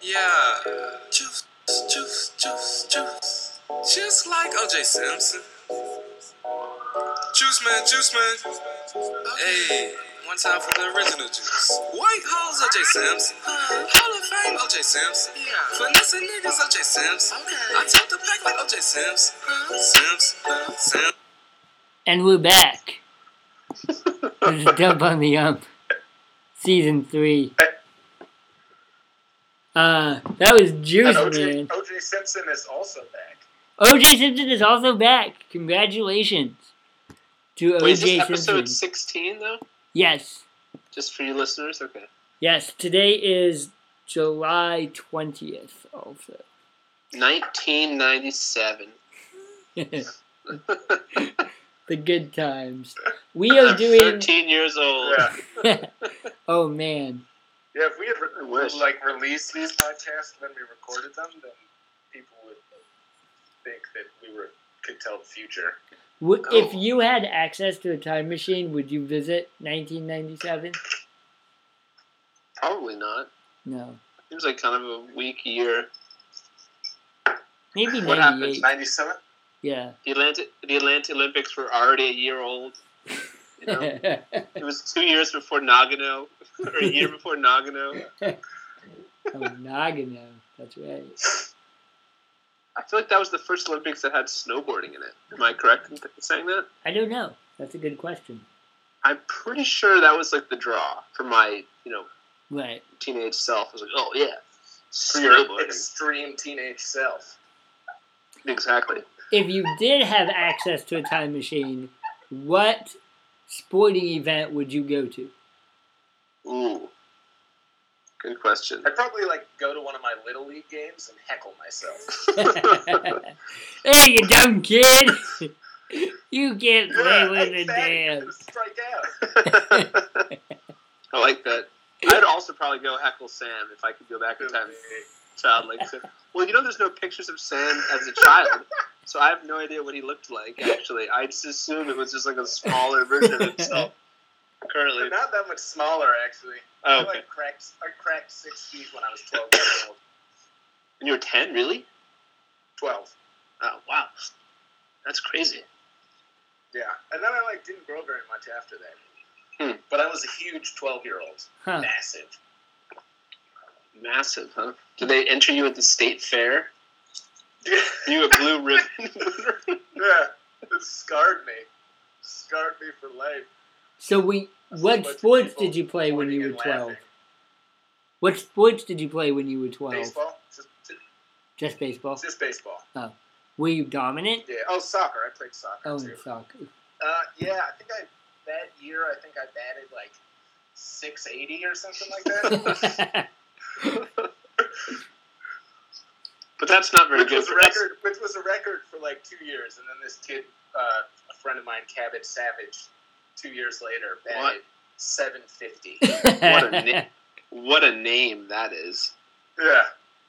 Yeah. Juice, juice, juice, juice. Just like OJ Simpson. Juice man, juice man. Hey, one time for the original juice. White House OJ Simpson. Hall of Fame OJ Simpson. Yeah. Finesse niggas OJ Simpson. Okay. I told the pack like OJ Simpson. Simpson. Simpson. And we're back. this is Dump on the Ump, season three. Uh, that was Juice And OJ, Man. OJ Simpson is also back. OJ Simpson is also back. Congratulations to Wait, is OJ this Simpson. episode 16, though? Yes, Just for you listeners? Okay. yes. Today is July twentieth. Also, 1997. the good times. We are doing. 13 years old. Yeah. oh man. Yeah, if we had re- Wish. like released these podcasts when we recorded them, then people would think that we were could tell the future. W- If Oh. you had access to a time machine, would you visit 1997? Probably not. No. Seems like kind of a weak year. Maybe What happened? 98. Ninety seven. Yeah. The Atlanta, the Atlanta Olympics were already a year old. You know, it was two years before Nagano, or a year before Nagano. oh, Nagano. That's right. I feel like that was the first Olympics that had snowboarding in it. Am I correct in th- saying that? I don't know. That's a good question. I'm pretty sure that was like the draw for my, you know, Right. teenage self. I was like, oh yeah, For your snowboarding. extreme teenage self. Exactly. If you did have access to a time machine, what sporting event would you go to? Ooh, good question. I'd probably like go to one of my little league games and heckle myself. hey, you dumb kid! you can't play Yeah, with hey, the fatty, you're damn. gonna Strike out. I like that. I'd also probably go heckle Sam if I could go back in time. Child like Sam. Well, you know, there's no pictures of Sam as a child, so I have no idea what he looked like. Actually, I just assume it was just like a smaller version of himself. They're Currently, not that much smaller, actually. oh, I okay. like cracked. I cracked six feet when I was twelve years old. And you were ten, really? Twelve. Oh, wow, that's crazy. Yeah, and then I like didn't grow very much after that. Hmm. But I was a huge twelve-year-old, Huh. massive. Massive, huh? Did they enter you at the state fair? Yeah, You a blue ribbon winner? yeah, it scarred me. Scarred me for life. So we, That's a what bunch of sports people did you play when pointing you and were twelve? laughing. What sports did you play when you were twelve? Baseball, just, Just baseball. just, just baseball. Were you dominant? Yeah. Oh, soccer. I played soccer Oh, too. and soccer. Uh, yeah, I think I that year I think I batted like six eighty or something like that. But that's not very which good. was For a us. record. Which was a record for like two years, and then this kid, uh, a friend of mine, Cabot Savage, two years later batted seven fifty. What a na- What a name that is. yeah,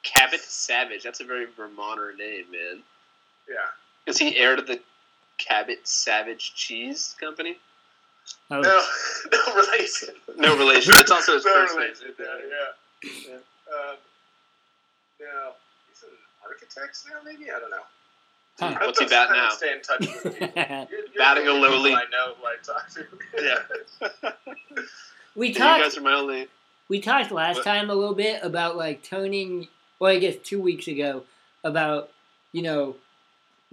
Cabot Savage. That's a very Vermonter name, man. yeah. Is he heir to the Cabot Savage Cheese Company? Oh, No, no relation. No relation. That's also his no first name. relation. Yeah, yeah. Um, no, he's an architect now. Maybe I don't know. Huh. I What's he don't- bat I don't now? Stay in touch with people. You're- you're Batting the a only low people league. I know who I talk to. Yeah. we You talked. guys are my only. We talked last What? time a little bit about like toning. Well, I guess two weeks ago about you know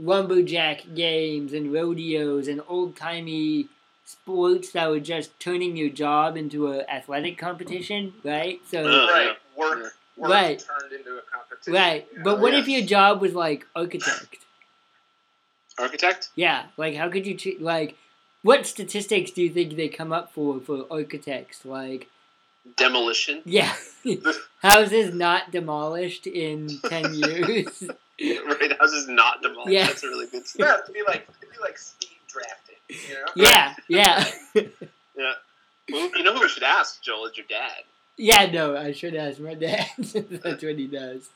lumberjack games and rodeos and old timey sports that were just turning your job into a athletic competition, right? So. Ugh. right. Work. Work Right. turned into a competition. Right, Yeah. but what yeah. if your job was like architect? Architect? Yeah, like how could you ch- like? What statistics do you think they come up for for architects? Like, Demolition? yeah, houses not demolished in ten years. Right, houses not demolished. Yeah. That's a really good Yeah, stuff. it'd be like it'd be like speed drafting. You know. yeah, yeah, Well, you know who we should ask, Joel, is your dad. yeah. No, I should ask my dad. That's what he does.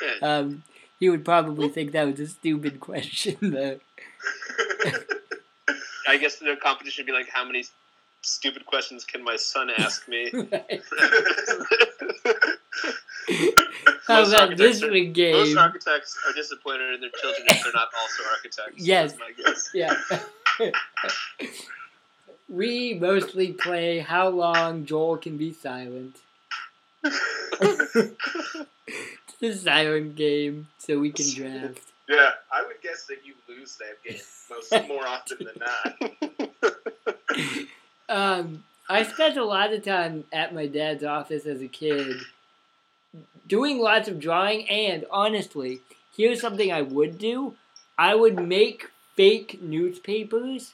Yeah. Um, he would probably think that was a stupid question, though. I guess the competition would be like, how many stupid questions can my son ask me? Right. How Most about this architects are- big Most game? architects are disappointed in their children if they're not also architects. Yes. That's my guess. Yeah. we mostly play how long Joel can be silent. it's a silent game, so we can draft. Yeah, I would guess that you lose that game most more often than not. Um, I spent a lot of time at my dad's office as a kid doing lots of drawing, and honestly, here's something I would do I would make fake newspapers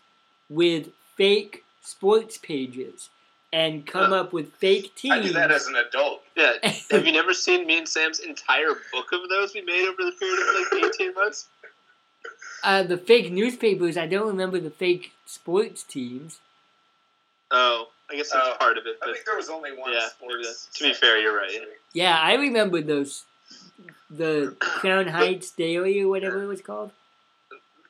with fake sports pages and come up with fake teams. I do that as an adult. Yeah. Have you never seen me and Sam's entire book of those we made over the period of like 18 months? uh, the fake newspapers, I don't remember the fake sports teams. Oh, I guess that's Oh. part of it. I But think there was only one yeah, maybe sports. that's- to be fair, you're right. section. Yeah, I remember those. The Crown Heights Daily or whatever it was called.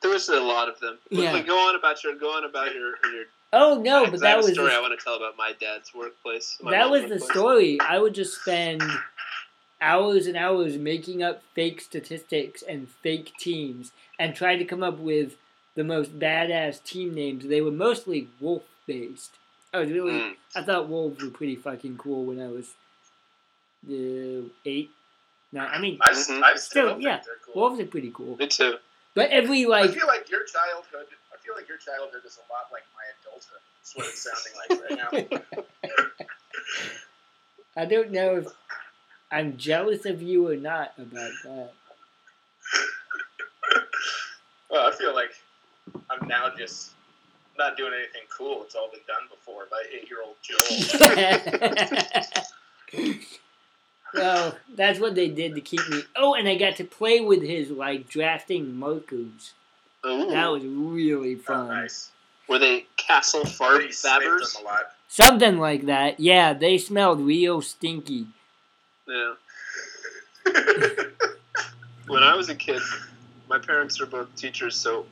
there was a lot of them. But Yeah. like, go on about your go on about your your. Oh no, but 'cause I that have was a story the- I want to tell about my dad's workplace. my that was mom's the workplace. story. I would just spend hours and hours making up fake statistics and fake teams and try to come up with the most badass team names. They were mostly wolf based. I was really Mm. I thought wolves were pretty fucking cool when I was uh, eight. No, I mean I, s- Mhm. I still, Still, think yeah. they're cool. wolves are pretty cool. Me too. But every I like feel like your childhood. I feel like your childhood is a lot like my adulthood. That's what it's sounding like right now. I don't know if I'm jealous of you or not about that. Well, I feel like I'm now just not doing anything cool. It's all been done before by eight-year-old Joel. well, that's what they did to keep me. Oh, and I got to play with his like drafting markers. Ooh. That was really Not fun. Oh, nice. Were they castle fart Pretty sniffed them fabbers? a lot. Something like that. Yeah, they smelled real stinky. Yeah. when I was a kid, my parents were both teachers, so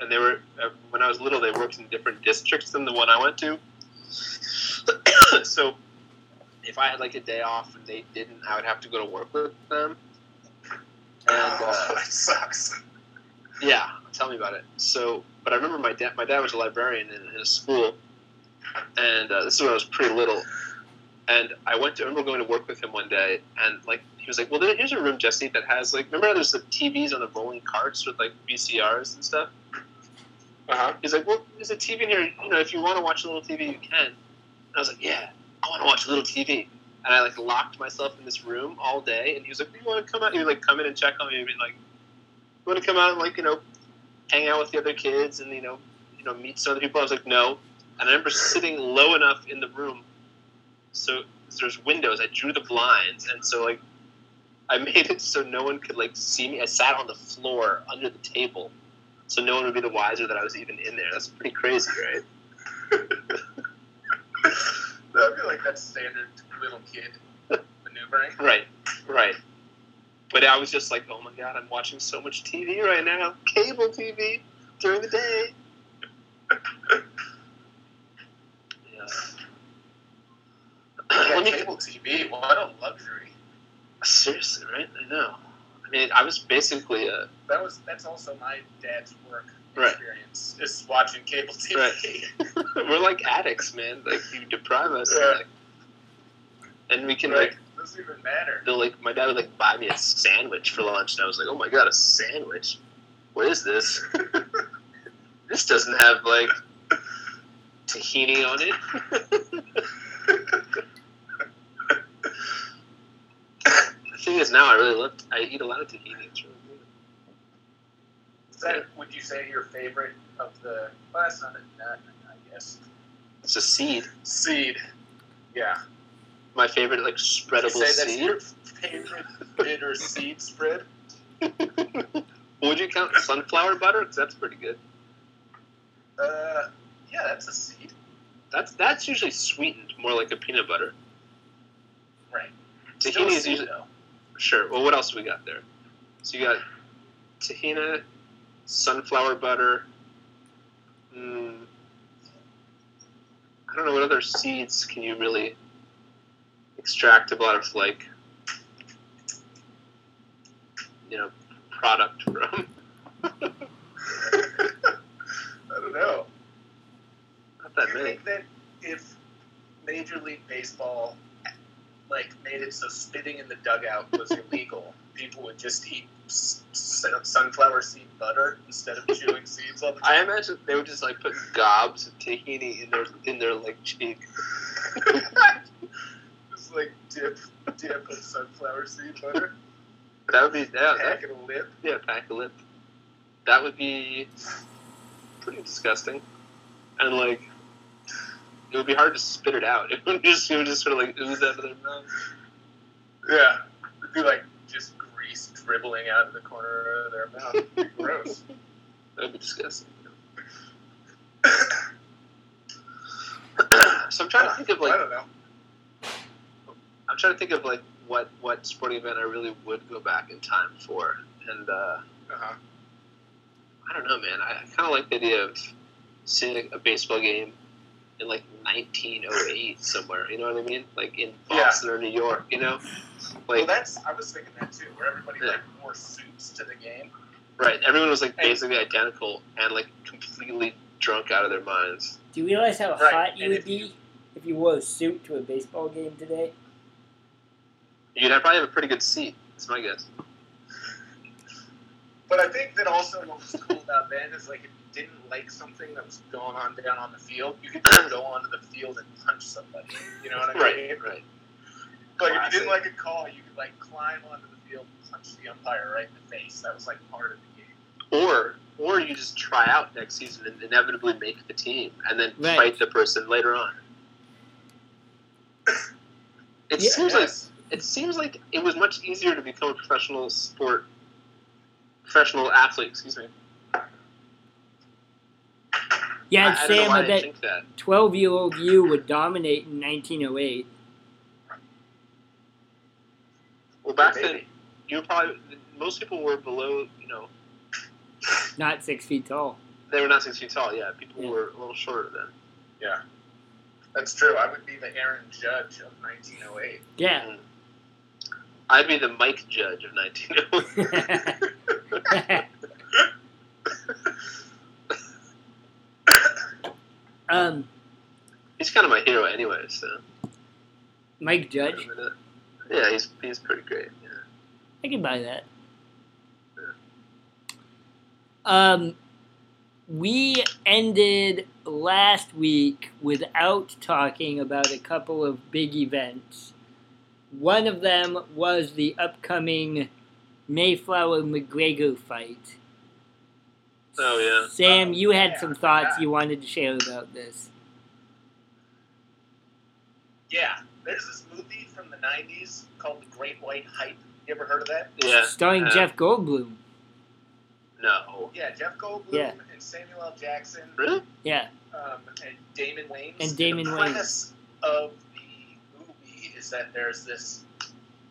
and they were uh, when I was little, they worked in different districts than the one I went to. so if I had like a day off and they didn't, I would have to go to work with them. And oh, uh, that sucks. yeah, tell me about it. So, but I remember my dad. My dad was a librarian in, in a school, and uh, this is when I was pretty little. And I went to I remember going to work with him one day, and like he was like, "Well, there, here's a room, Jesse, that has like remember how there's the TVs on the rolling carts with like VCRs and stuff." Uh-huh. He's like, "Well, there's a TV in here. You know, if you want to watch a little TV, you can." And I was like, "Yeah, I want to watch a little TV." And I like locked myself in this room all day. And he was like, "You want to come out?" He would like come in and check on me and be like, "You want to come out and like you know, hang out with the other kids and you know, you know, meet some other people?" I was like, "No." And I remember sitting low enough in the room, so there's windows. I drew the blinds, and so like. I made it so no one could like see me. I sat on the floor under the table, so no one would be the wiser that I was even in there. That's pretty crazy, right? I feel like that's standard little kid maneuvering. Right, right. But I was just like, oh my god, I'm watching so much TV right now, cable TV during the day. yeah. Yeah, Let me- cable TV. What a luxury. seriously, right? I know. I mean, I was basically a That was that's also my dad's work Right. experience. Is watching cable TV. we're like addicts, man. Like you deprive us, Yeah. like, and we can like Like, doesn't even matter. they'll like my dad would like buy me a sandwich for lunch, and I was like, oh my god, a sandwich? What is this? this doesn't have like tahini on it. the thing is, now I really love. I eat a lot of tahini. It's really good. Is that would you say your favorite of the? Well, that's not a nut, I guess. It's a seed. Seed. Yeah. My favorite like Would you spreadable say that's seed. your favorite bitter seed spread? Would you count sunflower butter? 'Cause that's pretty good. Uh, yeah, that's a seed. That's that's usually sweetened more like a peanut butter. Right. Still a Tahini is seed, usually though. Sure. Well, what else we got there? So you got tahina, sunflower butter. Mm, I don't know what other seeds can you really extract a lot of like you know, product from? I don't know. Not that you many. think that if Major League Baseball like made it so spitting in the dugout was illegal, people would just eat s- s- sunflower seed butter instead of chewing seeds all the I time. imagine they would just like put gobs of tahini in their in their like cheek. Just like dip, dip in sunflower seed butter, That would be that. that pack it a lip. yeah, pack a lip. That would be pretty disgusting, and like it would be hard to spit it out. It would just it would just sort of like ooze out of their mouth. Yeah, it'd be like just grease dribbling out of the corner of their mouth. It'd be Gross. That would be disgusting. so I'm trying to think of like I don't know. I'm trying to think of like what what sporting event I really would go back in time for, and uh, Uh-huh. I don't know, man. I kind of like the idea of seeing a baseball game in like 1908 somewhere. You know what I mean? Like in Yeah. Boston or New York. You know, Well, like that's I was thinking that too, where everybody Yeah. like wore suits to the game. right. Everyone was like Hey. basically identical and like completely drunk out of their minds. Do you realize how Right, hot you and would if you- be if you wore a suit to a baseball game today? You'd have- probably have a pretty good seat. That's my guess. But I think that also what was cool about then is like if you didn't like something that was going on down on the field, you could just go onto the field and punch somebody. You know what I mean? right. Like if Classic. you didn't like a call, you could like climb onto the field and punch the umpire right in the face. That was like part of the game. Or or you just try out next season and inevitably make the team, and then Right. fight the person later on. It Yeah. seems like it seems like it was much easier to become a professional sport professional athlete excuse me Yeah, and I, I don't know Sam, why I I didn't bet think that 12 year old you would dominate in 1908. well back then Maybe. you were probably most people were below you know Not six feet tall. they were not six feet tall yeah people Yeah. were a little shorter then That's true. I would be the Aaron Judge of 1908. Yeah. i'd be the mike judge of 1908 Oh. um, he's kind of my hero anyway so Mike Judge, yeah he's, he's pretty great yeah. I can buy that. Um, we ended last week without talking about a couple of big events. One of them was the upcoming Mayflower McGregor fight. Oh, yeah. Sam, you had Yeah, some thoughts yeah. you wanted to share about this. Yeah, there's this movie from the 90s called The Great White Hype. You ever heard of that? yeah Starring uh, Jeff Goldblum. no Yeah, Jeff Goldblum Yeah. and Samuel L. Jackson really Yeah. um, and Damon Wayans. And Damon the Wayans. premise of the movie is that there's this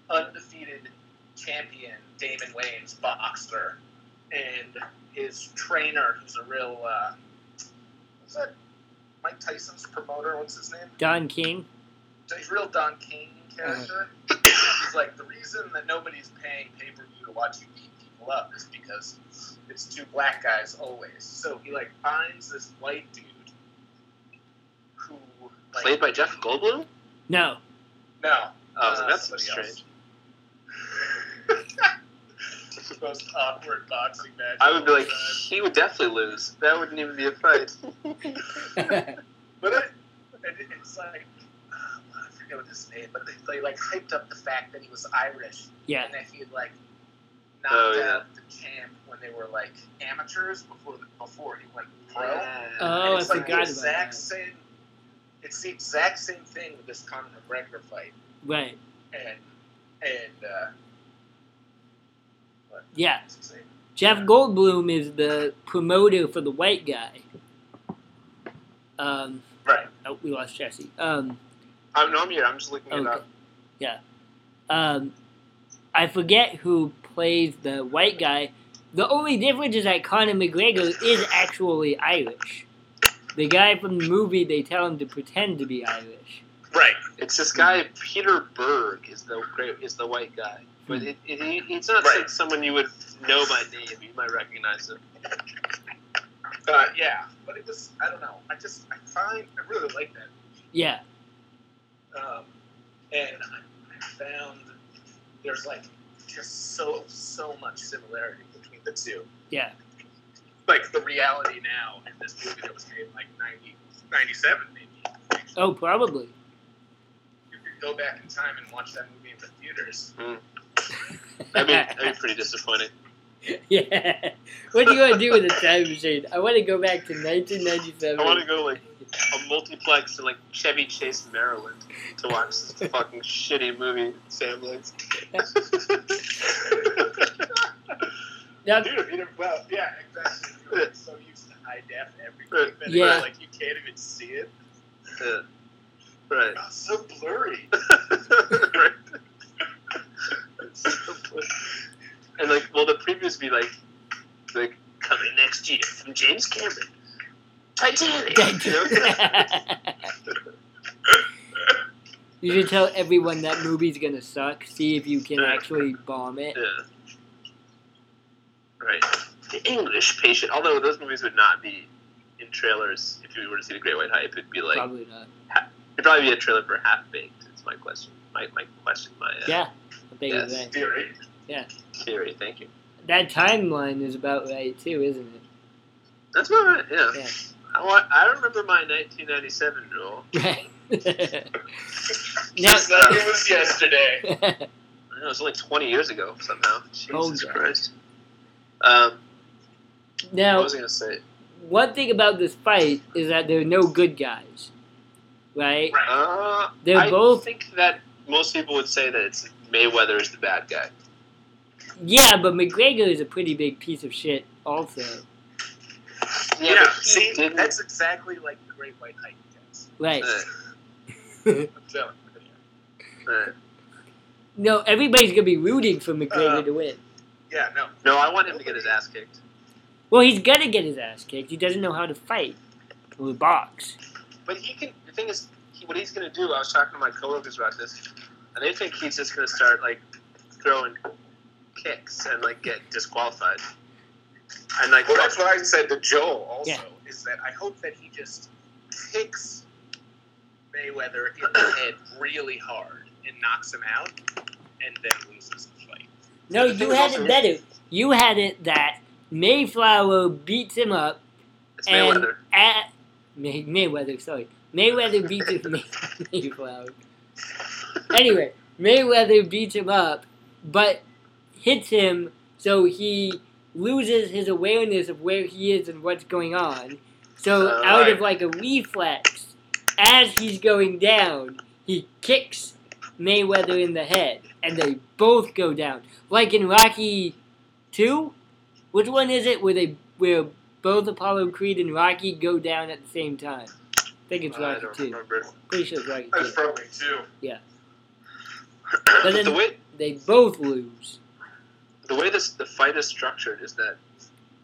undefeated champion, Damon Wayans, boxer, and his trainer, who's a real, uh, what's that? Mike Tyson's promoter. What's his name? Don King. He's a real Don King character. Mm-hmm. He's like the reason that nobody's paying pay per view to watch you beat people up is because it's two black guys always. So he like finds this white dude who like, played by jeff goldblum No. no oh so Uh, that's somebody strange else. most awkward boxing match. i would of be all like time. he would definitely lose that wouldn't even be a fight But it, it, it's like, uh, I forget what his name, but they, they like hyped up the fact that he was Irish yeah. and that he had like knocked Oh, yeah. out the champ when they were like amateurs before the, before he went pro. Oh, And I it's like forgot about the exact that. same. It's the exact same thing with this Conor McGregor fight, Right. and and uh, what Yeah. was his name? Jeff Goldblum is the promoter for the white guy. Um, Right. oh, we lost Jesse. Um, I'm, no, I'm here. I'm just looking it Okay. up. um, I forget who plays the white guy. The only difference is that Conor McGregor is actually Irish. The guy from the movie, they tell him to pretend to be Irish. Right. It's It's this guy Peter Berg is the great is the white guy, but it, it, he- it's not Right. like someone you would know by name. You might recognize him. Uh, yeah, but it was I don't know. I just I find I really like that Yeah. um, and I found there's like just so so much similarity between the two. Yeah. Like the reality now in this movie that was made in like 90, 97 maybe. Oh, probably. You could go back in time and watch that movie in the theaters. That'd be, that'd be pretty disappointing. yeah. What do you want to do with a time machine? I want to go back to 1997. I want to go like a multiplex in like Chevy Chase, Maryland, to watch this fucking shitty movie. Sam likes. Now, Dude, you know, well, yeah, exactly. You're so used to high def everything that Yeah. it's like you can't even see it. Yeah. Right. Oh, so blurry. right. and like, well, the previews be like, like coming next year from James Cameron, Titanic. You know? you should tell everyone that movie's gonna suck. See if you can actually bomb it. yeah. Right. The English Patient. Although those movies would not be in trailers. If you were to see The Great White Hype, it'd be like Probably not. it'd probably be a trailer for Half Baked. It's my question. My my question. My uh, Yeah, I think Yes. that. Theory. theory. Thank you. that timeline is about right too, isn't it? That's about right. Yeah. Yeah. I want. I remember my 1997 rule. Right. Just like it was yesterday. now, I know, it was only 20 years ago somehow. Jesus Oh, God. Christ. Um, What now, was I going to say? one thing about this fight is that there are no good guys, right? Right. Uh, They're I both think that most people would say that it's Mayweather is the bad guy. yeah, but McGregor is a pretty big piece of shit, also. Yeah, but he see, didn't- that's exactly like the Great White Hype guys. Right? uh, I'm telling you. uh, No, everybody's gonna be rooting for McGregor Uh, to win. Yeah, no. no, I want him to get his ass kicked. Well, he's gonna get his ass kicked. He doesn't know how to fight or box. But he can. The thing is, he, what he's going to do, I was talking to my coworkers about this, and they think he's just going to start, like, throwing kicks and, like, get disqualified. And, like, Well, that's what I said to Joel also, Yeah. is that I hope that he just kicks Mayweather in the head really hard and knocks him out and then loses the fight. No, The thing you is had also- it better. You had it that Mayflower beats him up it's and Mayweather. at May, Mayweather, sorry, Mayweather beats him. May, Mayflower. Anyway, Mayweather beats him up, but hits him so he loses his awareness of where he is and what's going on. So Uh, out right. of like a reflex, as he's going down, he kicks Mayweather in the head, and they both go down. Like in Rocky Two, which one is it where they where both Apollo Creed and Rocky go down at the same time? I think it's I Rocky don't Two. remember. Pretty sure it's Rocky That's Two. probably too. But then- the way They both lose. the way this the fight is structured is that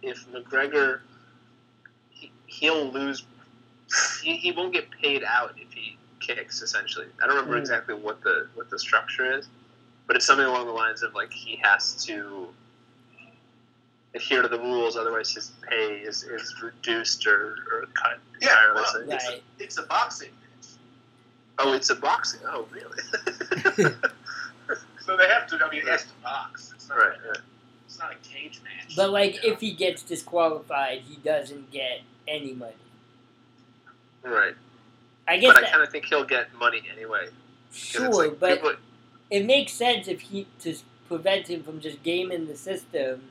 if McGregor he, he'll lose he, he won't get paid out if he kicks essentially I don't remember Mm. exactly what the what the structure is but it's something along the lines of like he has to adhere to the rules otherwise his pay is, is reduced or, or cut Yeah, entirely. well, So it's- Right. It's a boxing match. oh it's a boxing oh really So they have to, I mean, it has to box. It's not, right yeah. it's not a cage match. But like, you know? if he gets disqualified, he doesn't get any money. right I guess but I that, kind of think he'll get money anyway 'cause it's sure, like but people- it makes sense if he to s- prevent him from just gaming the system,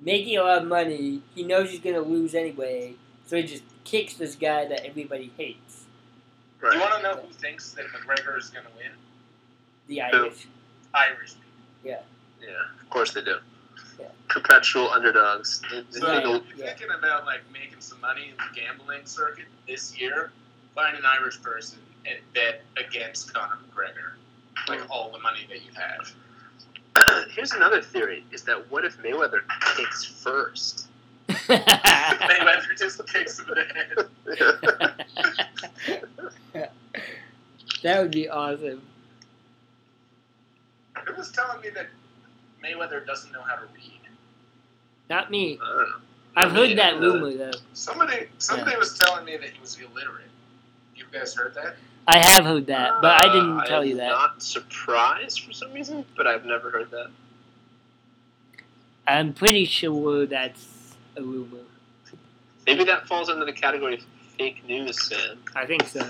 making a lot of money. He knows he's gonna lose anyway, so he just kicks this guy that everybody hates. right. You want to know who thinks that McGregor is going to win? The Who? Irish. Irish people. Yeah, of course they do. Yeah. Perpetual underdogs. They- they- So they- if you're Yeah. thinking about like making some money in the gambling circuit this year, find an Irish person and bet against Conor McGregor, like all the money that you have. Here's another theory: is that what if Mayweather kicks first? Uh, Mayweather just kicks him in the head. yeah, That would be awesome. It was telling me that Mayweather doesn't know how to read. Not me. I don't know. I've heard Yeah, that uh, rumor though. Somebody somebody was telling me that he was illiterate. You guys heard that? I have heard that, but I didn't Uh, tell you am that. Not surprised for some reason, but I've never heard that. I'm pretty sure that's a rumor. Maybe that falls under the category of fake news, Sam. I think so.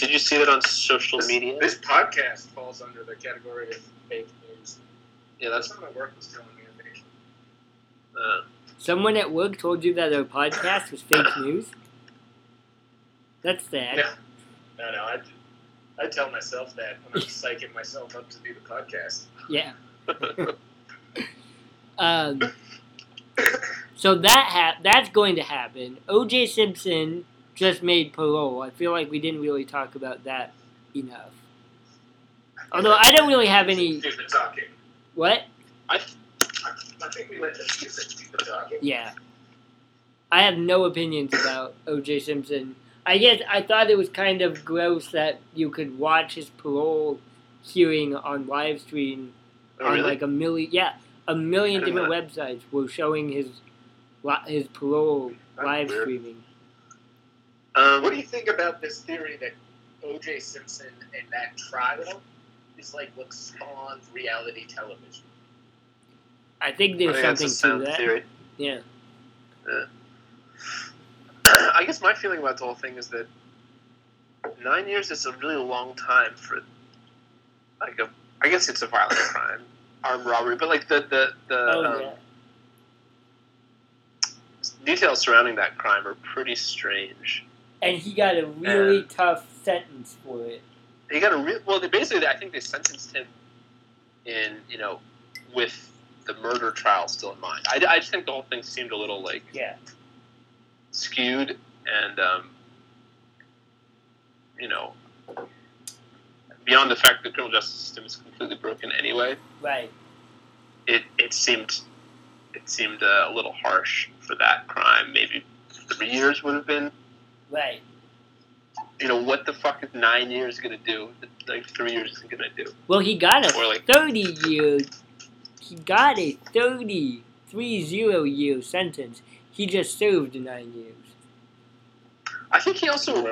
Did you see that on social This, media? this podcast falls under the category of fake news. Yeah, That's that's. something my work was telling me. I think. Uh, Someone at work told you that our podcast was fake news. That's sad. No, no, no. I, I tell myself that when I'm psyching myself up to do the podcast. Yeah. um, so that ha- that's going to happen. O.J. Simpson just made parole. I feel like we didn't really talk about that enough. Although Oh, I don't really have any. Do the talking. What? I think we let the music do the talking. Yeah. I have no opinions about O.J. Simpson. I guess I thought it was kind of gross that you could watch his parole hearing on live stream oh, on really? like a million, yeah, a million I don't different websites were showing his li- his parole That's live weird. streaming. um, What do you think about this theory that O.J. Simpson and that trial is like what spawned reality television? I think I there's think that's a sound something to that. theory. Yeah, I guess my feeling about the whole thing is that nine years is a really long time for, like a, I guess it's a violent crime, armed robbery, but like the the the oh um, yeah, details surrounding that crime are pretty strange. and he got a really tough sentence for it. They got a re- well. They basically, I think they sentenced him in you know with the murder trial still in mind. I, I just think the whole thing seemed a little like Yeah, skewed and um, you know beyond the fact the criminal justice system is completely broken anyway right. it, it seemed it seemed uh, a little harsh for that crime maybe three years would have been Right. you know what the fuck is nine years gonna do like three years isn't gonna do Well, he got a Or, like- thirty year. He got a 30, 30 year sentence. He just served nine years. i think he also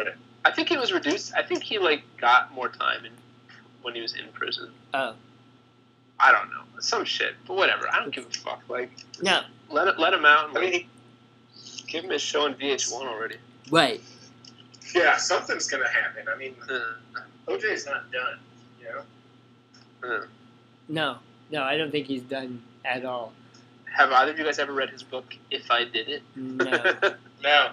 i think he was reduced i think he like got more time in, when he was in prison Oh i don't know some shit but whatever i don't give a fuck like no, Let it, let him out. I mean, he- give him his show on VH1 already. right. Yeah, something's gonna happen. I mean, Uh, O.J.'s not done. You know, uh. No, no, I don't think he's done at all. Have either of you guys ever read his book? If I did it, No. no,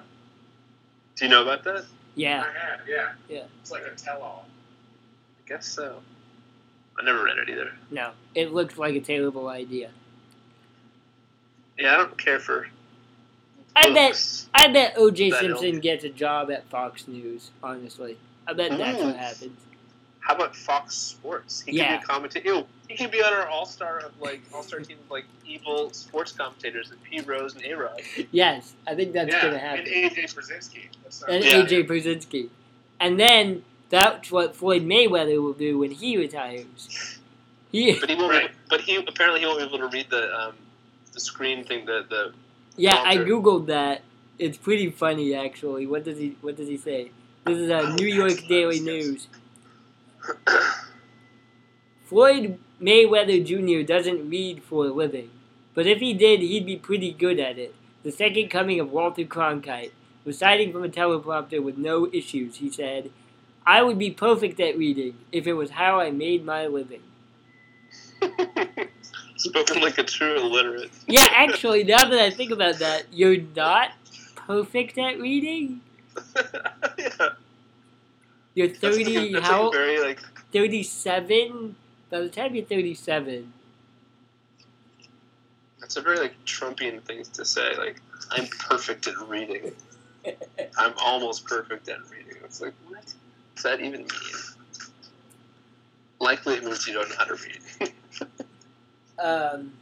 do you know about that? I Yeah. have. Yeah, Yeah. It's like a tell-all. I guess so. I never read it either. No, it looks like a terrible idea. Yeah, I don't care for. I bet books. I bet O.J. But I don't- Simpson gets a job at Fox News. Honestly, I bet that's what happens. How about Fox Sports? He Yeah. could be a commentator. Ew, he could be on our all star of like all star team of like evil sports commentators and P Rose and A Rod. Yes, I think that's yeah, gonna happen. and A.J. Brzezinski. That's not And Yeah. A.J. Brzezinski, and then that's what Floyd Mayweather will do when he retires. He, But he won't. be- Right. But he apparently he won't be able to read the um, the screen thing. The the yeah, I googled that. It's pretty funny actually. What does he What does he say? This is a Oh, New that's what York I Daily was gonna say. News. Floyd Mayweather Jr. doesn't read for a living, but if he did, he'd be pretty good at it. The second coming of Walter Cronkite, reciting from a teleprompter with no issues, he said, I would be perfect at reading if it was how I made my living. spoken like a true illiterate. Yeah, actually, now that I think about that, you're not perfect at reading? yeah. You're That's like a- 30, that's like a how? very like 37? By the time you're 37, that's a very like Trumpian thing to say. Like I'm perfect at reading. I'm almost perfect at reading. It's like what does that even mean? Likely it means you don't know how to read. um,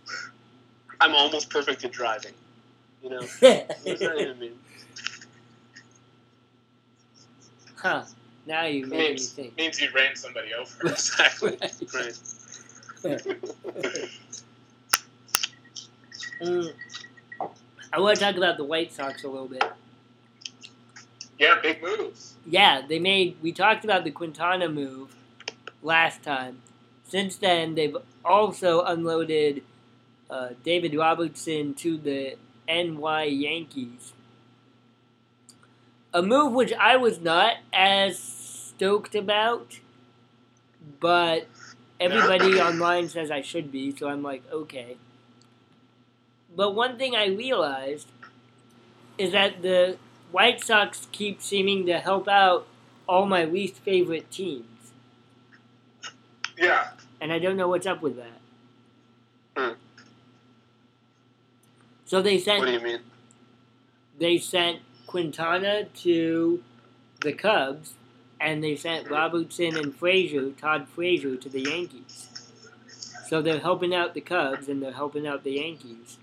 I'm almost perfect at driving. You know, what does that even mean? Huh. Now you made me means, think. means you ran somebody over. Exactly. Right. Mm. I want to talk about the White Sox a little bit. yeah, big moves. Yeah, they made. We talked about the Quintana move last time. Since then, they've also unloaded uh, David Robertson to the NY Yankees. A move which I was not as stoked about, but everybody online says I should be, so I'm like, okay. But one thing I realized is that the White Sox keep seeming to help out all my least favorite teams, Yeah. and I don't know what's up with that. Hmm. So they What do sent you mean? they sent Quintana to the Cubs, and they sent Hmm. Robertson and Frazier, Todd Frazier, to the Yankees. So they're helping out the Cubs and they're helping out the Yankees.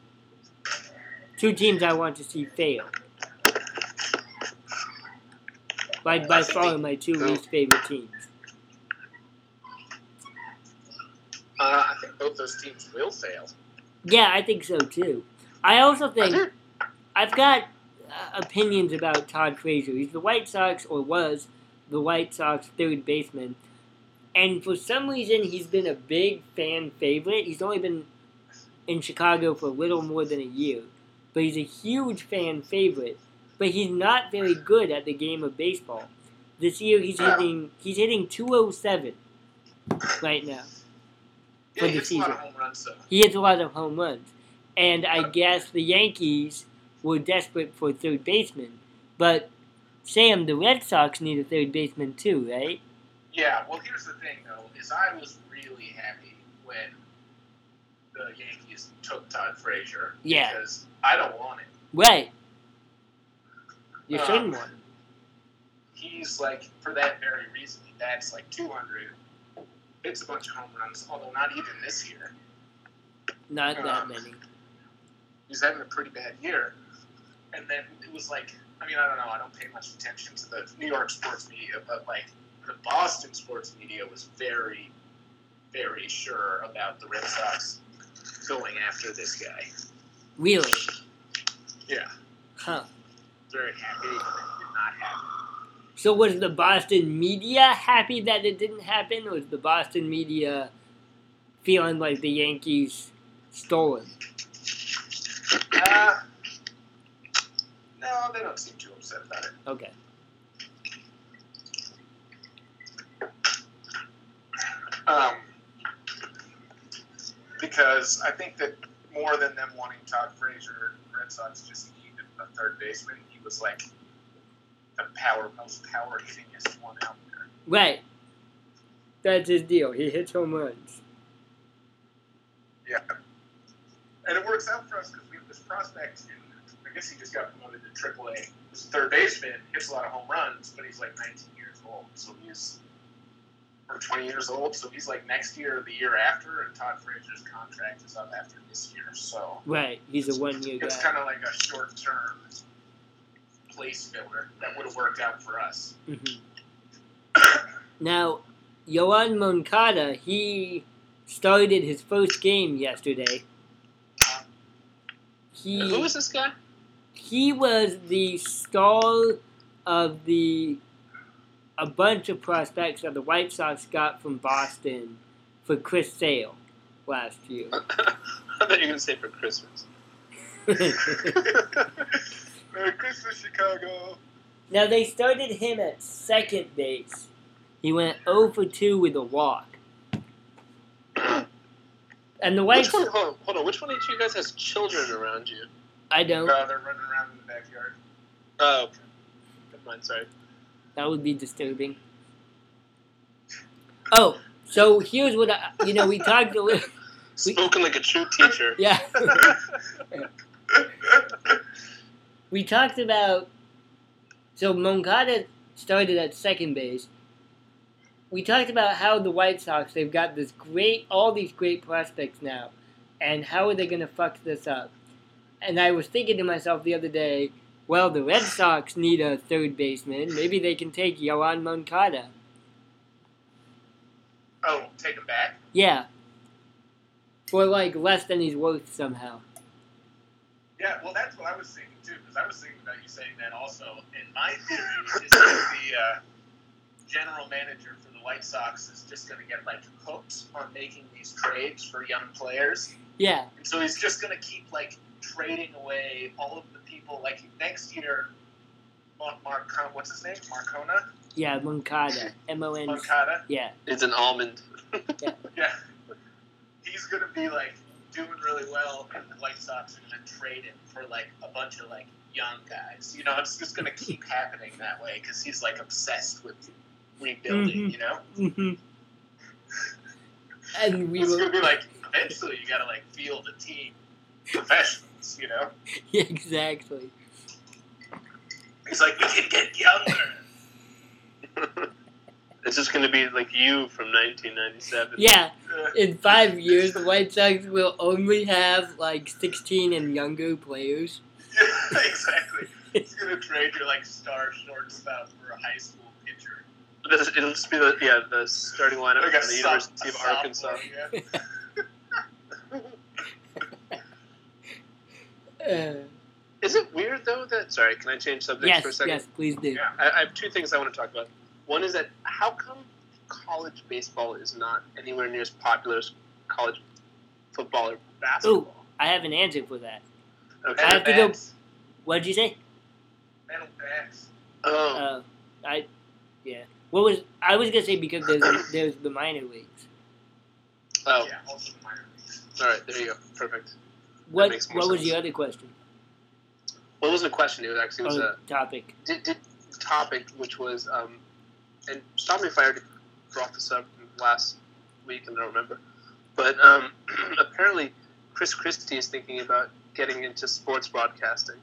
Two teams I want to see fail. By, by far my two least favorite teams. Uh, I think both those teams will fail. Yeah, I think so too. I also Are think there- I've got uh, opinions about Todd Frazier. He's the White Sox, or was the White Sox third baseman, and for some reason he's been a big fan favorite. He's only been in Chicago for a little more than a year, but he's a huge fan favorite. But he's not very good at the game of baseball. This year he's hitting he's hitting 207 right now. For Yeah, the he hits a lot of season. home runs, though. He hits a lot of home runs. And I guess the Yankees were desperate for a third baseman. But, Sam, the Red Sox need a third baseman too, right? Yeah, well, here's the thing, though, is I was really happy when the Yankees took Todd Frazier. Yeah. Because I don't want him. Right. You Um, shouldn't want. He's, like, for that very reason, he bats, like, 200, hits a bunch of home runs, although not even this year. Not that um, many. He's having a pretty bad year. And then it was like, I mean, I don't know, I don't pay much attention to the New York sports media, but, like, the Boston sports media was very, very sure about the Red Sox going after this guy. Really? Yeah. Huh. very happy that it did not happen. So was the Boston media happy that it didn't happen? Or was the Boston media feeling like the Yankees stolen? Uh, no, they don't seem too upset about it. Okay. Um, because I think that more than them wanting Todd Frazier, the Red Sox just needed a third baseman. He was like the power most power hittingest one out there. Right. That's his deal. He hits home runs. Yeah. And it works out for us because we have this prospect who, I guess he just got promoted to AAA. He's a third baseman, hits a lot of home runs, but he's like 19 years old. So he's, or 20 years old. So he's like next year or the year after, and Todd Frazier's contract is up after this year. So Right. He's a one year guy. it's kind of like a short term place filler that would have worked out for us. Mhm. Mm-hmm. now, Yoan Moncada, he started his first game yesterday. Uh, He Who is this guy? he was the star of the a bunch of prospects that the White Sox got from Boston for Chris Sale last year. I thought you were gonna say for Christmas. Merry Christmas, Chicago. Now they started him at second base. He went 0 for 2 with a walk. And the White Which one? Hold on, hold on. Which one of you guys has children around you? I don't. Uh, they're running around in the backyard. Oh, okay. never mind. Sorry. That would be disturbing. Oh, so here's what I, you know. We talked a little. Spoken like a true teacher. Yeah. we talked about so Moncada started at second base. We talked about how the White Sox they've got this great all these great prospects now, and how are they going to fuck this up? And I was thinking to myself the other day, Well, the Red Sox need a third baseman. Maybe they can take Yohan Moncada. Oh, take him back. Yeah. For like less than he's worth somehow. Yeah, well, that's what I was thinking too, because I was thinking about you saying that also. And my theory is that the uh, general manager for the White Sox is just going to get like hooked on making these trades for young players, Yeah. and so he's just going to keep like trading away all of the people. Like next year, Mark, Mark what's his name, Marcona, Yeah, Moncada. M O N. Moncada. Yeah. It's an almond. Yeah. He's gonna be like doing really well and the White Sox are gonna trade him for like a bunch of like young guys. You know, it's just gonna keep happening that way because he's like obsessed with Mhm. rebuilding, you know? hmm And we It's will. gonna be like eventually you gotta like field a team professionals, you know? Yeah, exactly. He's like, We can get younger. It's just going to be like you from 1997. Yeah, Uh, in five years, the White Sox will only have like 16 and younger players. yeah, exactly. He's gonna trade your like star shortstop for a high school pitcher. This- It'll just be the, yeah, the starting lineup Like from the a so- University a of Arkansas. sophomore, yeah. Uh, Is it weird though that? Sorry, can I change subject yes, for a second? yes, please do. Yeah. I, I have two things I want to talk about. One is that how come college baseball is not anywhere near as popular as college football or basketball? I have an answer for that. Okay. I have to go- Bats. What'd you say? Metal bats. oh, Uh, I, yeah. What was I was gonna say because there's there's the minor leagues. oh, Yeah, also the minor leagues. all right. There you go. Perfect. What makes more what was sense. the other question? Well, it wasn't a question. It was actually it was uh, Oh, a topic. did, did topic, which was um, and stop me if I already brought this up last week and I don't remember, but um, apparently Chris Christie is thinking about getting into sports broadcasting.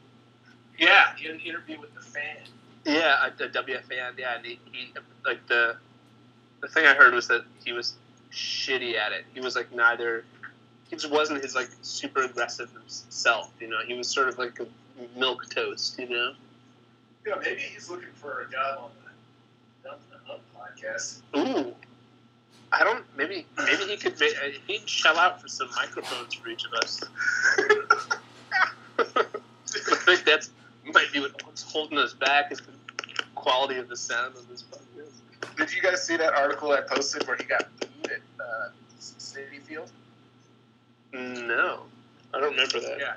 Yeah, in an interview with the fan. Yeah, a, a WFAN. Yeah, and he, he like the the thing I heard was that he was shitty at it. He was like neither. He just wasn't his like super aggressive self. You know, he was sort of like a milk toast. You know. You know, maybe he's looking for a job on the Dump the Hump podcast. Ooh. I don't. Maybe maybe he could make, uh, he'd shell out for some microphones for each of us. I think that's might be what's holding us back is the quality of the sound of this podcast. Did you guys see that article I posted where he got booed at uh, City Field? No, I don't remember that. Yeah.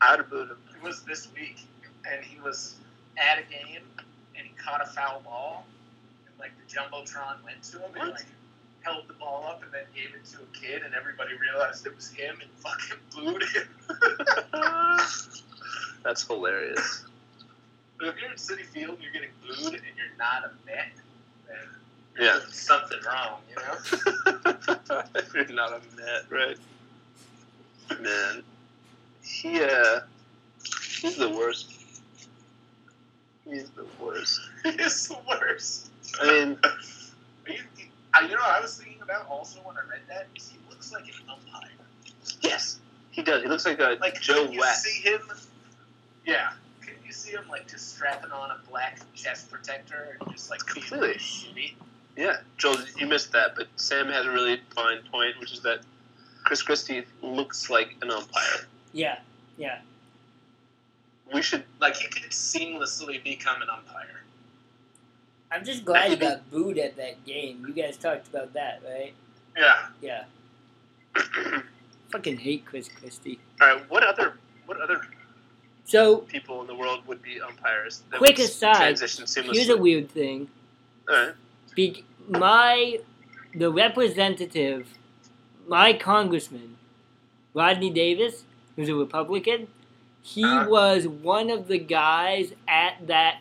I'd have booed him. It was this week, and he was at a game, and he caught a foul ball, and like the jumbotron went to him and What? like held the ball up and then gave it to a kid, and everybody realized it was him and fucking booed him. That's hilarious. But if you're at City Field, you're getting booed, and you're not a Met, then Yeah. there's something wrong, you know. if you're not a net, right? Man, he uh, he's the worst. He's the worst. it's the worst. I mean, He- he- I, you know, what I was thinking about also when I read that is he looks like an umpire. yes, he does. He looks like a Like Joe can you West. See him? Yeah. Can you see him like just strapping on a black chest protector and just like being Really? really shitty? Yeah, Joel, you missed that, but Sam has a really fine point, which is that Chris Christie looks like an umpire. Yeah, yeah. We should Like he could seamlessly become an umpire. I'm just glad you got booed at that game. You guys talked about that, right? Yeah. Yeah. Fucking hate Chris Christie. All right. What other what other So people in the world would be umpires? That Quick would aside, Transition seamlessly. here's a weird thing. All right. Be- my the representative, my congressman, Rodney Davis, who's a Republican, he Uh-huh. was one of the guys at that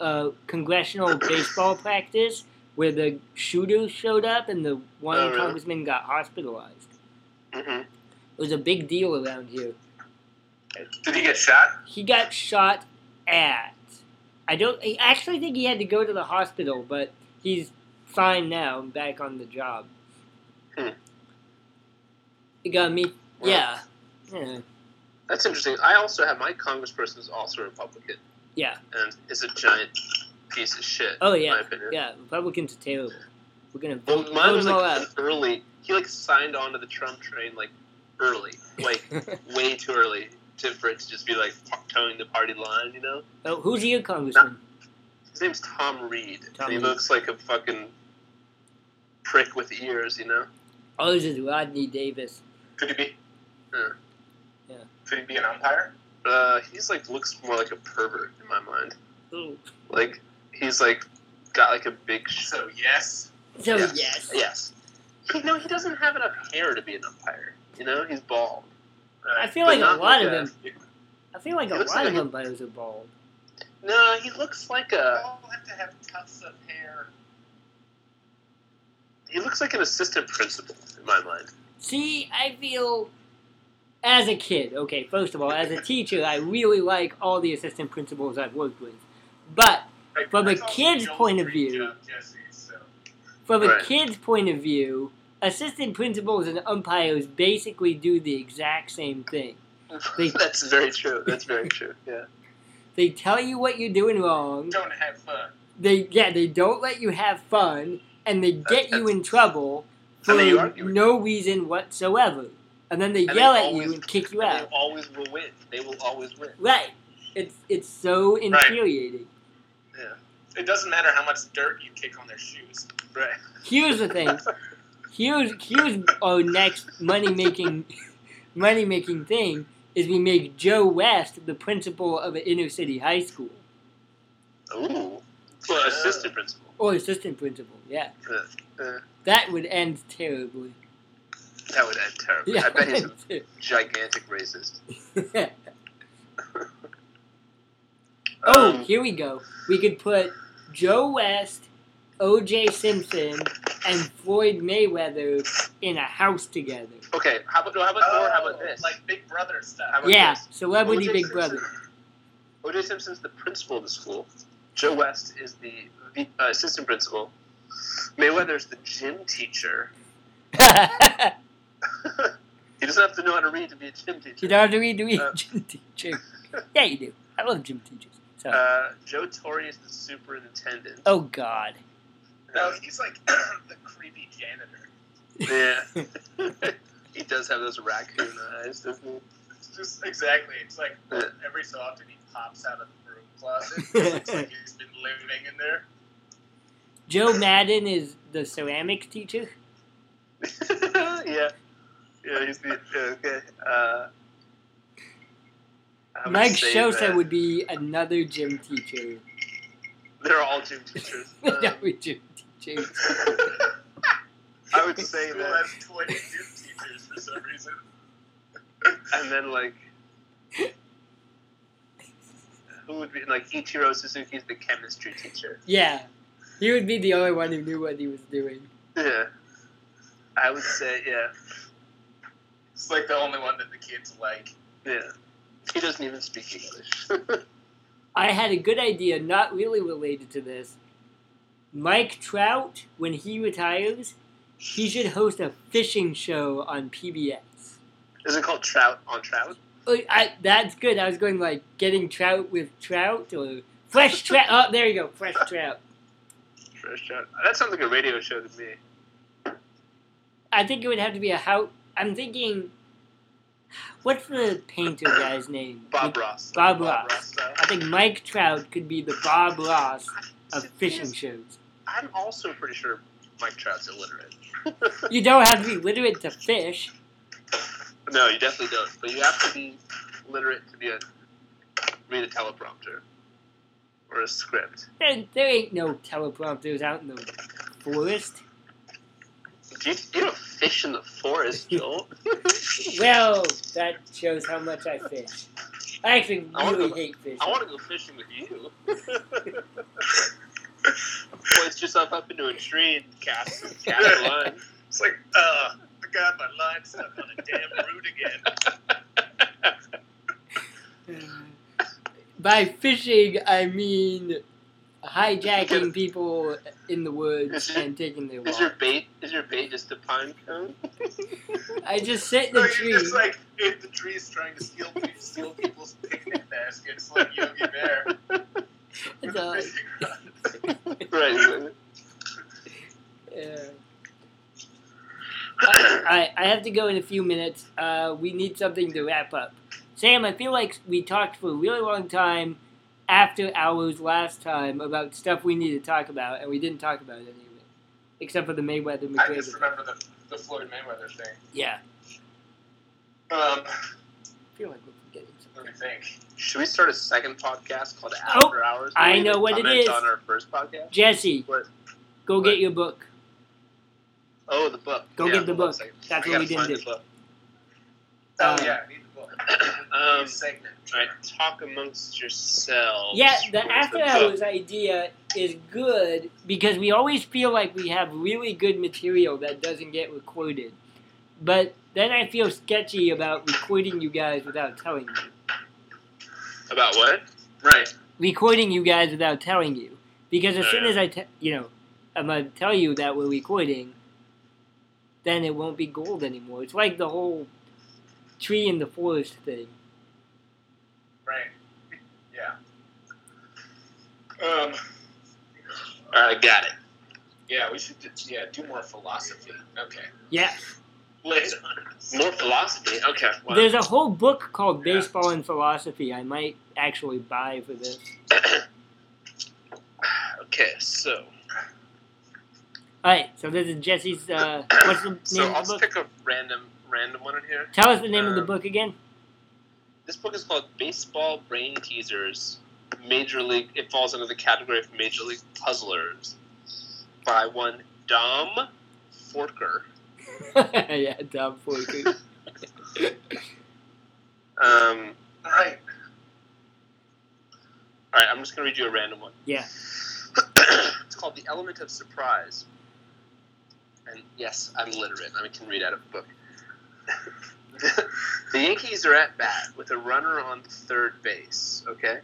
uh, congressional baseball practice where the shooter showed up and the one Oh, really? congressman got hospitalized. Mhm. It was a big deal around here. Did he get shot? he got shot at. I don't. I actually think he had to go to the hospital, but he's fine now and back on the job. Hmm. It got me. Well. Yeah. yeah. That's interesting. I also have my congressperson is also a Republican Yeah, and is a giant piece of shit. Oh, in my opinion. yeah. Republicans are terrible. We're gonna Well, vote, mine vote was them all like out. early. He like signed on to the Trump train like early, like way too early to, for it to just be like towing the party line. You know, Oh, who's your congressman? his name's Tom Reed. Tom and he Reed. looks like a fucking prick with ears. You know, Ours Oh, is Rodney Davis. Could he be? Yeah. Yeah. Could he be an umpire? uh, he's like looks more like a pervert in my mind. Ooh. Like he's like got like a big. Sh- So yes. So Yes. yes. yes. He, no, he doesn't have enough hair to be an umpire. You know, he's bald. I Right. feel like But a not lot like of a- them. I feel like He a lot looks of like a- them bios are bald. No, he looks like a. all have to have tufts of hair. He looks like an assistant principal in my mind. See, I feel as a kid, okay, first of all, as a teacher, I really like all the assistant principals I've worked with. But Like, From a that's also kid's the only point of dream view. job, Jesse, so. from a Right. kid's point of view, assistant principals and umpires basically do the exact same thing. They- That's very true. That's very true. Yeah. They tell you what you're doing wrong. Don't have uh, fun. They yeah, they don't let you have fun and they get you in trouble for And then you argue with no reason whatsoever. And then they And they yell at always- you and kick you And They out. always will win. They will always win. Right. It's it's so infuriating. It doesn't matter how much dirt you kick on their shoes. Right. Here's the thing. Here's here's our next money making money making thing is we make Joe West the principal of an inner city high school Ooh. Well, assistant principal. or assistant principal. Yeah, Yeah. Yeah. that would end terribly. That would end terribly. Yeah, I bet he's a gigantic racist. oh, Um, here we go. We could put Joe West, O.J. Simpson, and Floyd Mayweather in a house together. okay. How about, no, how about, or how about this? Oh. Like Big Brother stuff. How about Yeah, this? celebrity O.J. Big Simpson- Brother. O.J. Simpson's the principal of the school. Joe West is the, the uh, assistant principal. Mayweather's the gym teacher. He doesn't have to know how to read to be a gym You teacher. don't have to read, do we? Uh, gym teacher. Yeah, you do. I love gym teachers. So, Uh, Joe Torre is the superintendent. Oh, oh God, No, he's like the creepy janitor. Yeah. he does have those raccoon eyes, doesn't he? It's just exactly. It's like Yeah. every so often he pops out of the broom closet. It looks like he's been living in there. Joe Madden is the ceramics teacher. yeah. Yeah, he's the. yeah, Okay. Uh, I would Mike say Sosa that would be another gym teacher. They're all gym teachers. Um, that would gym teachers. Uh, I would say School that. has 20 gym teachers for some reason. And then, like. Who would be. Like, Ichiro Suzuki's the chemistry teacher. Yeah, he would be the only one who knew what he was doing. Yeah. I would say, yeah. It's like the only one that the kids like. Yeah. He doesn't even speak English. I had a good idea, not really related to this. Mike Trout, when he retires, he should host a fishing show on PBS. Is it called Trout on Trout? Oh, I, that's good. I was going like getting trout with trout or fresh trout. Oh, there you go, fresh trout. Fresh Trout. That sounds like a radio show to me. I think it would have to be a how. I'm thinking, what's the painter guy's name? Bob Ross. Bob Bob Ross. Ross style. I think Mike Trout could be the Bob Ross of fishing shows. I'm also pretty sure Mike Trout's illiterate. You don't have to be literate to fish. No, you definitely don't. But you have to be literate to be a read a teleprompter or a script. There, there ain't no teleprompters out in the forest. Do you, you don't fish in the forest, Joel. Well, that shows how much I fish. I actually I wanna really go- hate fishing. I want to go fishing with you. Hoist yourself up into a tree and cast, cast a line. It's like, uh, I got my line stuck on a damn root again. By fishing, I mean hijacking people in the woods and taking their Is your walk. bait? Is your bait just a pine cone? I just sit in No, the you're tree. just like in the trees trying to steal pe- steal people's picnic baskets, like Yogi Bear. That's all. right. Yeah. I, I have to go in a few minutes. Uh, we need something to wrap up. Sam, I feel like we talked for a really long time after hours last time about stuff we need to talk about, and we didn't talk about any of it, except for the Mayweather I just McGregor. remember the, the Floyd Mayweather thing. Yeah, Um, I feel like we're forgetting let something. me think. Should we start a second podcast called Oh, After Hours? I Maybe know what it comment is. On our first podcast. Jesse, What? go What? get your book. Oh, the book. Go Yeah, get the hold on a book. second. That's I what we gotta didn't do. find the book. Oh Um, yeah, I need the book. I need Um, a segment. all right, talk amongst yourselves. Yeah, the Where's after book? hours idea is good because we always feel like we have really good material that doesn't get recorded. But then I feel sketchy about recording you guys without telling you. About what? Right. Recording you guys without telling you. Because as Oh, soon yeah. as I, te- you know, I'm going to tell you that we're recording, then it won't be gold anymore. It's like the whole tree in the forest thing. Right. Yeah. All Um. right, I got it. Yeah, we should. Do, yeah, do more philosophy. Okay. Yeah. Later. More philosophy. Okay. Wow. There's a whole book called Yeah. Baseball and Philosophy I might actually buy for this. okay, so All right, so this is Jesse's. Uh, what's the name so I'll of just the book? pick a random random one in here. Tell us the name of the um, book again. This book is called Baseball Brain Teasers. Major League. It falls under the category of Major League Puzzlers by one Dom Forker. yeah, Tom Forker. Um, All right. all right, I'm just gonna read you a random one. Yeah. it's called The Element of Surprise. And yes, I'm literate. I can read out of a book. the Yankees are at bat with a runner on third base, okay?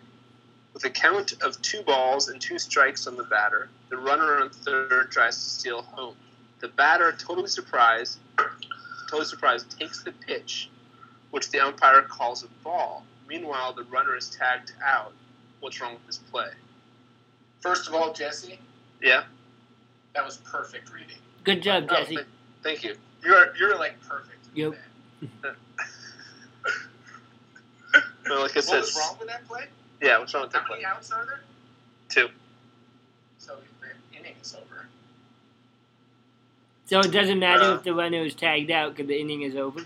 With a count of two balls and two strikes on the batter, the runner on third tries to steal home. The batter, totally surprised, totally surprised, takes the pitch, which the umpire calls a ball. Meanwhile, the runner is tagged out. What's wrong with this play? First of all, Jesse, Yeah. that was perfect reading. Good job, Oh, Jesse. th- thank you. You're you're like perfect. Yep. with that. Well, like I What said, was wrong with that play? yeah, what's wrong with How that many play? outs are there? Two. So the inning is over. So it doesn't matter uh, if the runner is tagged out because the inning is over.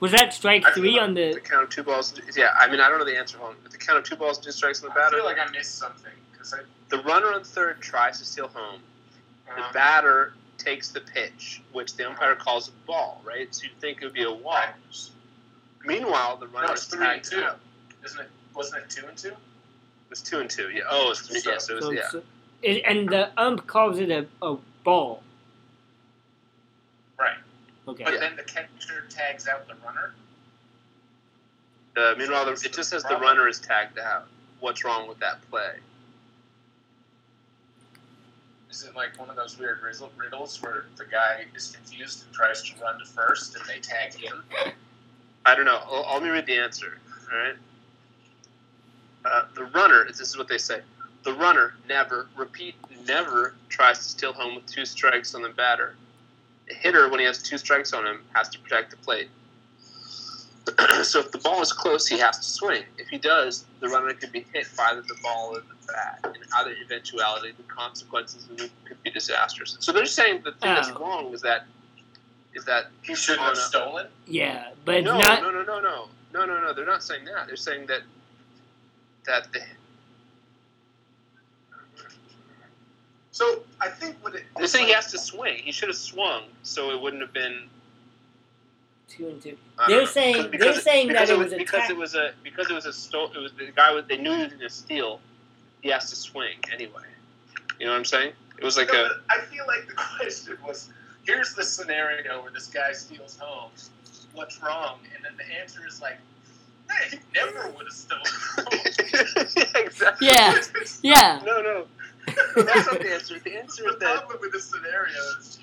Was that strike I feel three like on The the? count of two balls. Yeah, I mean, I don't know the answer. Home, but the count of two balls, and two strikes on the I batter. feel like I missed something because I. the runner on third tries to steal home. The uh, batter takes the pitch, which the umpire calls a ball. Right, so you'd think it would be a walk. right. Meanwhile, the runner No, it's is three and tagged two. out. Isn't it? Wasn't it two and two? It was two and two. Yeah. Oh, it was three. So- yeah, so it was, So, yeah. so- it, and the ump calls it a, a ball. Right. Okay. But then the catcher tags out the runner. Uh, meanwhile, the, it just says the runner is tagged out. What's wrong with that play? Is it like one of those weird rizzle- riddles where the guy is confused and tries to run to first and they tag him? I don't know. I'll, I'll let me read the answer. All right. Uh, the runner. This is what they say. The runner never, repeat, never tries to steal home with two strikes on the batter. The hitter, when he has two strikes on him, has to protect the plate. so if the ball is close, he has to swing. If he does, the runner could be hit by either the ball or the bat. In either eventuality, the consequences could be disastrous. So they're saying the thing that's Oh. wrong is that is that He shouldn't Oh, have no. stolen. yeah, but it's no, not. no, no, no, no, no, no, no. They're not saying that. They're saying that that the, So I think what it. they're saying he has to swing. He should have swung, so it wouldn't have been. Two and two. I don't They're know. saying Because- they're saying because that it was a because ta- it was a because it was a stole. It was the guy with they knew he was going to steal. He has to swing anyway. You know what I'm saying? It was like No, a but I feel like the question was here's the scenario where this guy steals homes. What's wrong? And then the answer is like, Hey, never would have stolen. exactly. Yeah. Yeah. No, no. That's not the answer. The answer The is that problem with this scenario is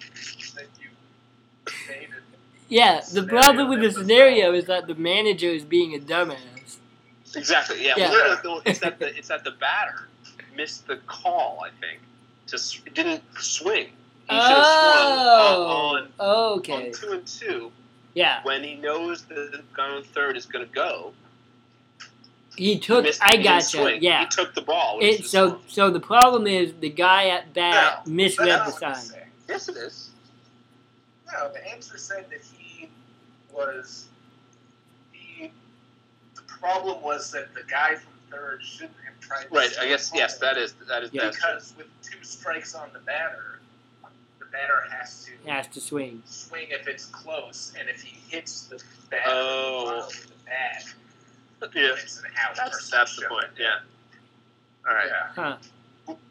that you made it. Yeah, the Scenario problem with the that was scenario wrong. is that the manager is being a dumbass. exactly. Yeah. Yeah. Well, no, no, it's that the it's that the batter missed the call. I think just it didn't swing. He Uh, should have Oh, swung on, on, okay. on two and two Yeah, when he knows that the guy on third is going to go. he took. missed- he I didn't gotcha. swing. Yeah. He took the ball. which It, is- so, so the problem is the guy at bat misread That's the not what I'm sign. saying. yes, it is. No, the answer said that he was. He, the problem was that the guy from third shouldn't have tried. to Right. I steal guess the yes. ball That is that is Yeah. that's true. because with two strikes on the batter, the batter has to Has to swing. swing if it's close, and if he hits the bat, Oh. with the bat, Yeah. it's an out. or That's some that's the shit. point. Yeah. All right. Yeah, Huh?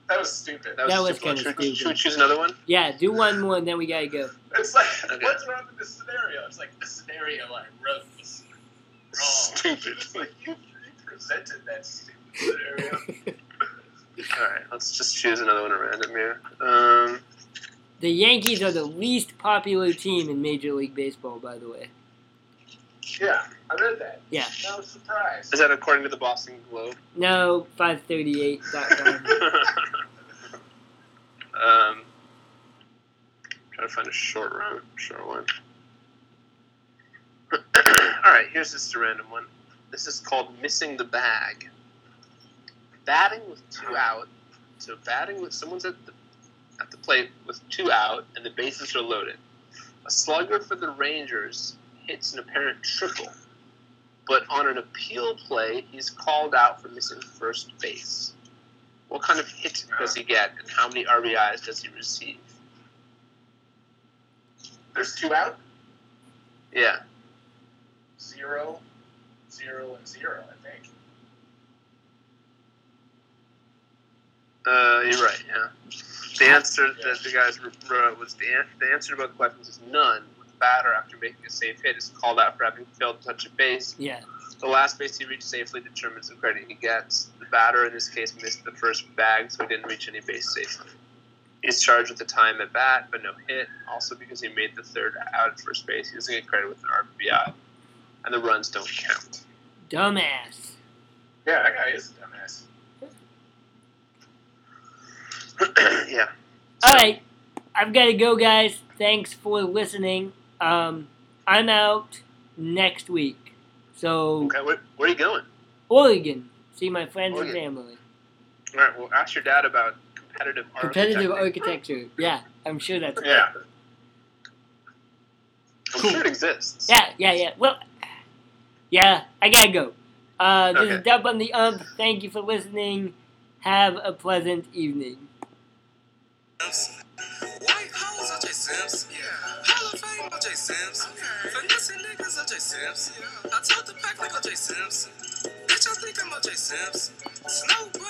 that was stupid. That was, That was stupid. kinda Should we- Should we stupid. choose another one? Yeah. Do one more and then we gotta go. It's like, Okay. what's wrong with this scenario? It's like, the scenario I wrote was wrong. Oh, Stupid. It's like, you, you presented that stupid scenario. All right, let's just choose another one at random here. Um, The Yankees are the least popular team in Major League Baseball, by the way. yeah, I read that. Yeah. I was surprised. is that according to the Boston Globe? No, 538.com. um, trying to find a short round, short one. All right, here's just a random one. This is called missing the bag. Batting with two out. So batting with someone's at the at the plate with two out and the bases are loaded. A slugger for the Rangers hits an apparent triple, but on an appeal play, he's called out for missing first base. What kind of hit does he get, and how many RBIs does he receive? There's two out. Yeah, Zero, zero, and zero, I think. uh, you're right. Yeah, the answer that the guys wrote was the, an- the answer to both questions is none. With the batter after making a safe hit is called out for having failed to touch a base. Yeah. The last base he reached safely determines the credit he gets. The batter in this case missed the first bag, so he didn't reach any base safely. He's charged with a time at bat, but no hit. Also, because he made the third out at first base, he doesn't get credit with an RBI, and the runs don't count. Dumbass. Yeah, that guy is a dumbass. yeah. All right, I've got to go, guys. Thanks for listening. Um, I'm out next week, so Okay, where, where are you going? Oregon. See my friends and Oregon. family. All right, well, ask your dad about competitive Competitive architecture. architecture. Yeah, I'm sure that's. Yeah. I'm sure it exists. Yeah, yeah, yeah. Well, yeah, I gotta go. Uh, this is Okay. Dub on the Ump. Thank you for listening. Have a pleasant evening. Sims. White hoes OJ Sims. Yeah. Hall of Fame OJ Sims. Okay. Finessing niggas OJ Sims. Yeah. I told the pack like OJ Sims. Bitch, I think I'm OJ Sims. Snow Bunny.